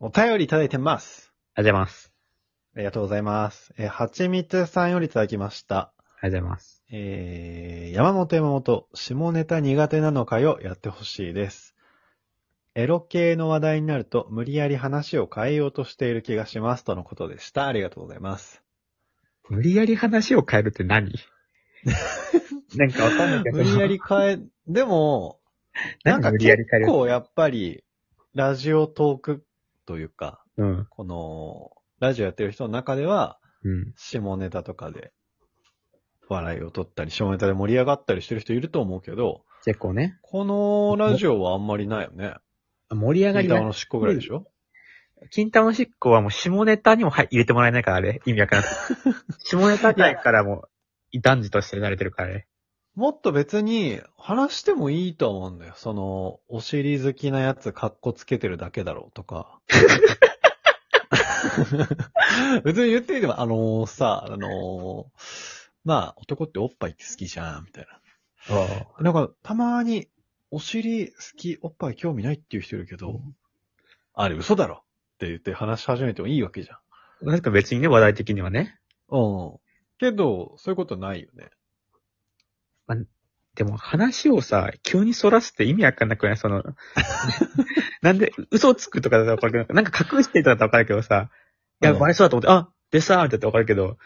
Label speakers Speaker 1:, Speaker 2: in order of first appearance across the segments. Speaker 1: お便りいただいてます。
Speaker 2: ありがとうございます。
Speaker 1: ありがとうございます。えー、はちみつさんよりいただきました。
Speaker 2: ありがとうございます。
Speaker 1: えー、山本山本、下ネタ苦手なのかよ、やってほしいです。エロ系の話題になると、無理やり話を変えようとしている気がします、とのことでした。ありがとうございます。
Speaker 2: 無理やり話を変えるっ て何なんかわかんないけど。
Speaker 1: 無理やり変え、でも、なん
Speaker 2: 何
Speaker 1: か
Speaker 2: 無理やり
Speaker 1: 結
Speaker 2: 変える
Speaker 1: 構やっぱり、ラジオトークというか、
Speaker 2: うん。
Speaker 1: この、ラジオやってる人の中では、
Speaker 2: うん。
Speaker 1: 下ネタとかで、笑いを取ったり、下ネタで盛り上がったりしてる人いると思うけど、
Speaker 2: 結構ね。
Speaker 1: このラジオはあんまりないよね。
Speaker 2: 盛り上が
Speaker 1: ギ
Speaker 2: り
Speaker 1: タ
Speaker 2: が
Speaker 1: ーの執行ぐらいでしょ
Speaker 2: 金玉しっこはもう下ネタにも入入れてもらえないから、あれ。意味 わからん。下ネタ界からも、男児として慣れてるからね。
Speaker 1: もっと別に話してもいいと思うんだよ。その、お尻好きなやつかっこつけてるだけだろうとか。別に言ってみれば、あのさ、あのまあ、男っておっぱいって好きじゃん、みたいな。なんか、たまに、お尻好き、おっぱい興味ないっていう人いるけど、あれ嘘だろって言って話し始めてもいいわけじゃん。
Speaker 2: なんか別にね、話題的にはね。
Speaker 1: うん。けど、そういうことないよね。
Speaker 2: でも話をさ、急に反らすって意味わかんなくないその、 なんで、嘘つくとかだとわかるけど、なんか隠してたらわかるけどさ、いや、
Speaker 1: うん
Speaker 2: バレそうだと思って、あ、でさーみたいなわかるけど、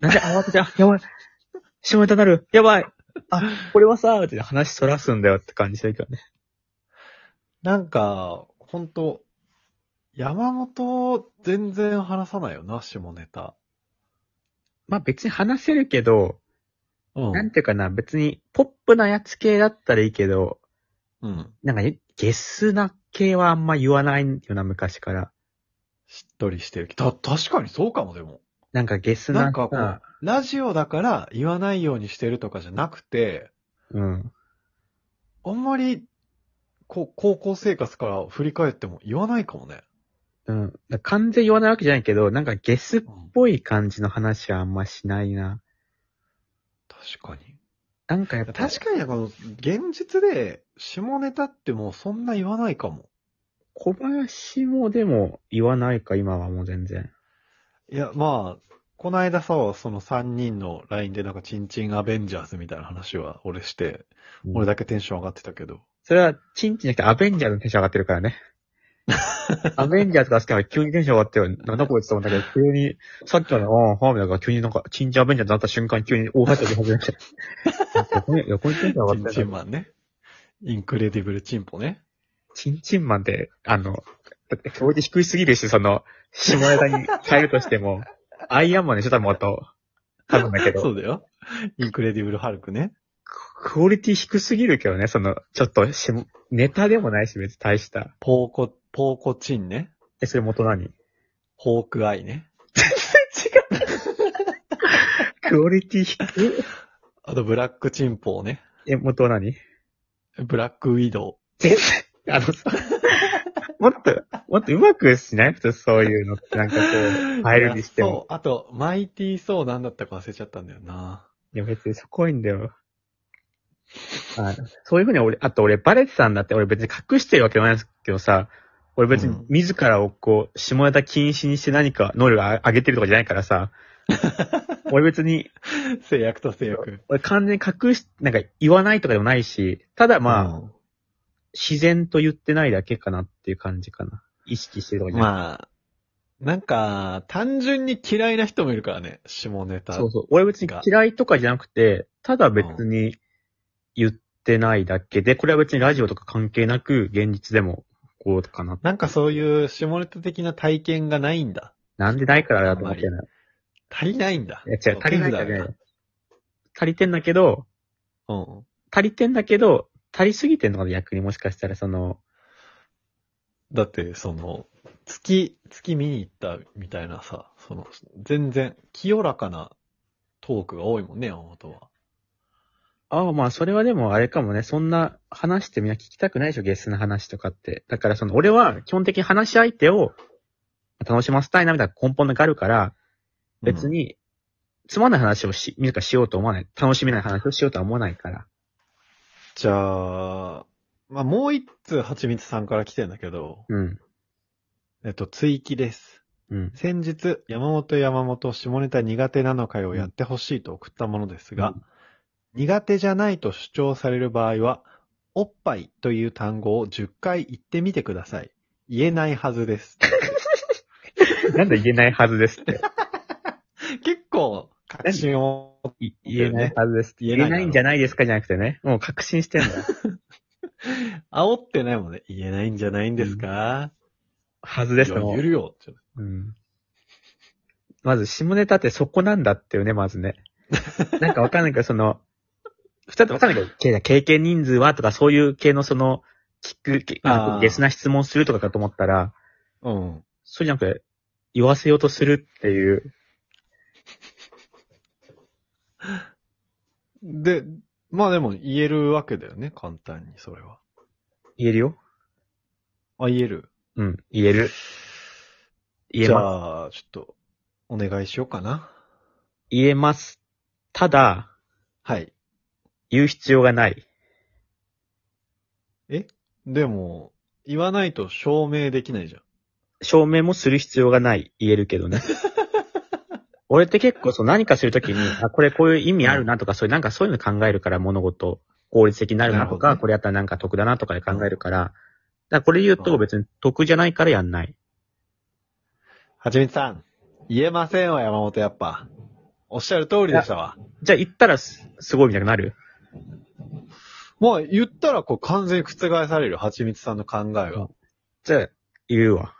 Speaker 2: なんで慌 てて、あ、やばい、下ネタなる、やばい、あ、これはさーって話反らすんだよって感じするけどね。
Speaker 1: なんか、ほんと、山本、全然話さないよな、下ネタ。
Speaker 2: まあ別に話せるけど、
Speaker 1: うん。
Speaker 2: なんていうかな、別にポップなやつ系だったらいいけど、
Speaker 1: うん。
Speaker 2: なんかね、ゲスな系はあんま言わないよな、昔から。
Speaker 1: しっとりしてる。た、確かにそうかも、でも。
Speaker 2: なんかゲスな
Speaker 1: なんかこ
Speaker 2: さ
Speaker 1: う、ラジオだから言わないようにしてるとかじゃなくて、
Speaker 2: うん。
Speaker 1: あんまり、こう、高校生活から振り返っても言わないかもね。
Speaker 2: うん。だ完全言わないわけじゃないけど、なんかゲスっ
Speaker 1: うん
Speaker 2: ぽい感じの話はあんましないな。
Speaker 1: 確かに。
Speaker 2: なんかやっぱ、
Speaker 1: 確かにね、この、現実で、下ネタってもうそんな言わないかも。
Speaker 2: 小林もでも言わないか、今はもう全然。
Speaker 1: いや、まあ、この間さ、その3人の LINE でなんか、チンチンアベンジャーズみたいな話は俺して、
Speaker 2: うん
Speaker 1: 俺だけテンション上がってたけど。
Speaker 2: それは、チンチンじゃなくてアベンジャーズのテンション上がってるから ね。アベンジャーズが好きなのに急にテンション上がってる。なんだこいつと思ったけど、急に、さっきまで、ああ、ハーミだから急になんか、チンチンアベンジャーズになった瞬間に急に大はしゃぎ始 めました。横に、横にテンション上
Speaker 1: チン
Speaker 2: がって
Speaker 1: チ
Speaker 2: る
Speaker 1: ン
Speaker 2: な。
Speaker 1: マンね。インクレディブルチンポね。
Speaker 2: チンチンマンって、あの、だってクオリティ低いすぎるし、その、下ネタに変えるとして も、アイアンマンでしょ、多分と。多分だけ
Speaker 1: そ
Speaker 2: ど。
Speaker 1: うだよ。インクレディブルハルクね。
Speaker 2: クオリティ低すぎるけどね、その、ちょっとし、ネタでもないし、別に大した。
Speaker 1: ポーコ、ポーコチンね。
Speaker 2: え、それ元何
Speaker 1: ホークアイね。
Speaker 2: クオリティ低い。
Speaker 1: あと、ブラックチンポーね。
Speaker 2: え、元何
Speaker 1: ブラックウィド
Speaker 2: 全然、あのさ、もっと、もっと上手くしない普通そういうのって、なんかこ う、
Speaker 1: ウ。
Speaker 2: ファイルにして
Speaker 1: いやそ
Speaker 2: も。
Speaker 1: う。あと、マイティーソーなんだったか忘れちゃったんだよな。
Speaker 2: いや、別にそこいいんだよ。あそういうふうに俺、あと俺バレてたんだって、俺別に隠してるわけじゃないんですけどさ、俺別に
Speaker 1: うん
Speaker 2: 自らをこう、下ネタ禁止にして何か能力を上げてるとかじゃないから さ、俺別に、
Speaker 1: 制約と制約。
Speaker 2: 俺完全に隠し、なんか言わないとかでもないし、ただまあ、
Speaker 1: うん
Speaker 2: 自然と言ってないだけかなっていう感じかな。意識してるとかじゃない。
Speaker 1: まあ、なんか、単純に嫌いな人もいるからね、下ネタ。
Speaker 2: そうそう。俺別に嫌いとかじゃなくて、ただ別に言ってないだけで、これは別にラジオとか関係なく、現実でもこうかな。
Speaker 1: なんかそういう下ネタ的な体験がないんだ。
Speaker 2: なんでないからだと思ってない。
Speaker 1: 足りないんだ。
Speaker 2: いや違う、足りないから
Speaker 1: 手札が
Speaker 2: ね。足りてんだけど、
Speaker 1: うん。
Speaker 2: 足りてんだけど、足りすぎてんのかな逆にもしかしたら、その、
Speaker 1: だって、その、月、月見に行ったみたいなさ、その、全然、清らかなトークが多いもんね、山本は。
Speaker 2: ああ、まあ、それはでもあれかもね。そんな話してみんな聞きたくないでしょ、ゲスの話とかって。だから、その、俺は基本的に話し相手を楽しませたいな、みたいな根本があるから、別
Speaker 1: うん。
Speaker 2: に、つまんない話をし、自らしようと思わない。楽しめない話をしようとは思わないから。
Speaker 1: じゃあ、まあ、もう一通、はちみつさんから来てんだけど、
Speaker 2: うん。
Speaker 1: えっと、追記です。
Speaker 2: うん。
Speaker 1: 先日、山本山本下ネタ苦手なのかよやってほしいと送ったものですが、
Speaker 2: うん
Speaker 1: 苦手じゃないと主張される場合は、おっぱいという単語を10回言ってみてください。言えないはずです。
Speaker 2: なんで言えないはずですって。
Speaker 1: 結構、確信を、
Speaker 2: い 言えないはずですって。
Speaker 1: 言
Speaker 2: 言
Speaker 1: えない
Speaker 2: えないんじゃないですかじゃなくてね。もう確信してんだよ。
Speaker 1: 煽ってないもんね。言えないんじゃないんですか、
Speaker 2: はずです
Speaker 1: い
Speaker 2: って
Speaker 1: や
Speaker 2: も
Speaker 1: 言えるよ。
Speaker 2: う。うん。まず、下ネタってそこなんだっていうね、まずね。なんかわかんないけど、その、二つわかんないけどけ、経験人数はとか、そういう系のその、聞く、けなん
Speaker 1: あー
Speaker 2: かゲスな質問するとかかと思ったら、
Speaker 1: うん。
Speaker 2: そうじゃなくて、言わせようとするっていう。
Speaker 1: で、まあでも言えるわけだよね。簡単に、それは。
Speaker 2: 言えるよ
Speaker 1: あ、言える。
Speaker 2: うん、言える。言え
Speaker 1: じ
Speaker 2: ます。
Speaker 1: ゃあ、ちょっと、お願いしようかな。
Speaker 2: 言えます。ただ、
Speaker 1: はい。
Speaker 2: 言う必要がない。
Speaker 1: でも、言わないと証明できないじゃん。
Speaker 2: 証明もする必要がない。言えるけ どね。俺って結構そう何かするときに、あ、これこういう意味あるなとか、そういう、なんかそういうの考えるから物事を効率的になるなと
Speaker 1: な
Speaker 2: か、
Speaker 1: るほどね
Speaker 2: これやったらなんか得だなとかで考えるから、だからこれ言うと別に得じゃないからやんない。
Speaker 1: はちみつさん、言えませんわ、山本やっぱ。おっしゃる通りでしたわ。
Speaker 2: じゃあ言ったらすすごいみたいになる
Speaker 1: もう言ったらこう完全に覆される、はちみつさんの考えが。
Speaker 2: じゃあ言うわ。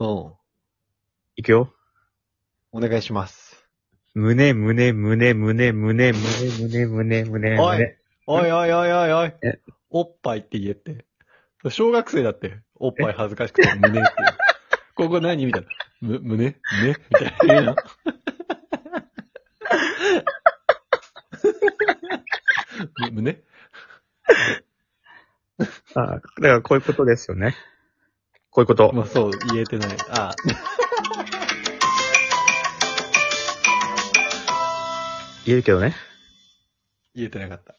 Speaker 1: うん。
Speaker 2: いくよ。
Speaker 1: お願いします。
Speaker 2: 胸、胸、胸、胸、胸、胸、胸、胸、胸、
Speaker 1: おい
Speaker 2: 胸。
Speaker 1: おいおいおいおいおい
Speaker 2: え。
Speaker 1: おっぱいって言えって。小学生だって、おっぱい恥ずかしくて胸って言う。ここ何みたいな。む、胸胸みたいな言うの。む胸
Speaker 2: あだからこういうことですよね。こういうこと。
Speaker 1: まあそう、言えてない。あ
Speaker 2: 言えるけどね。
Speaker 1: 言えてなかった。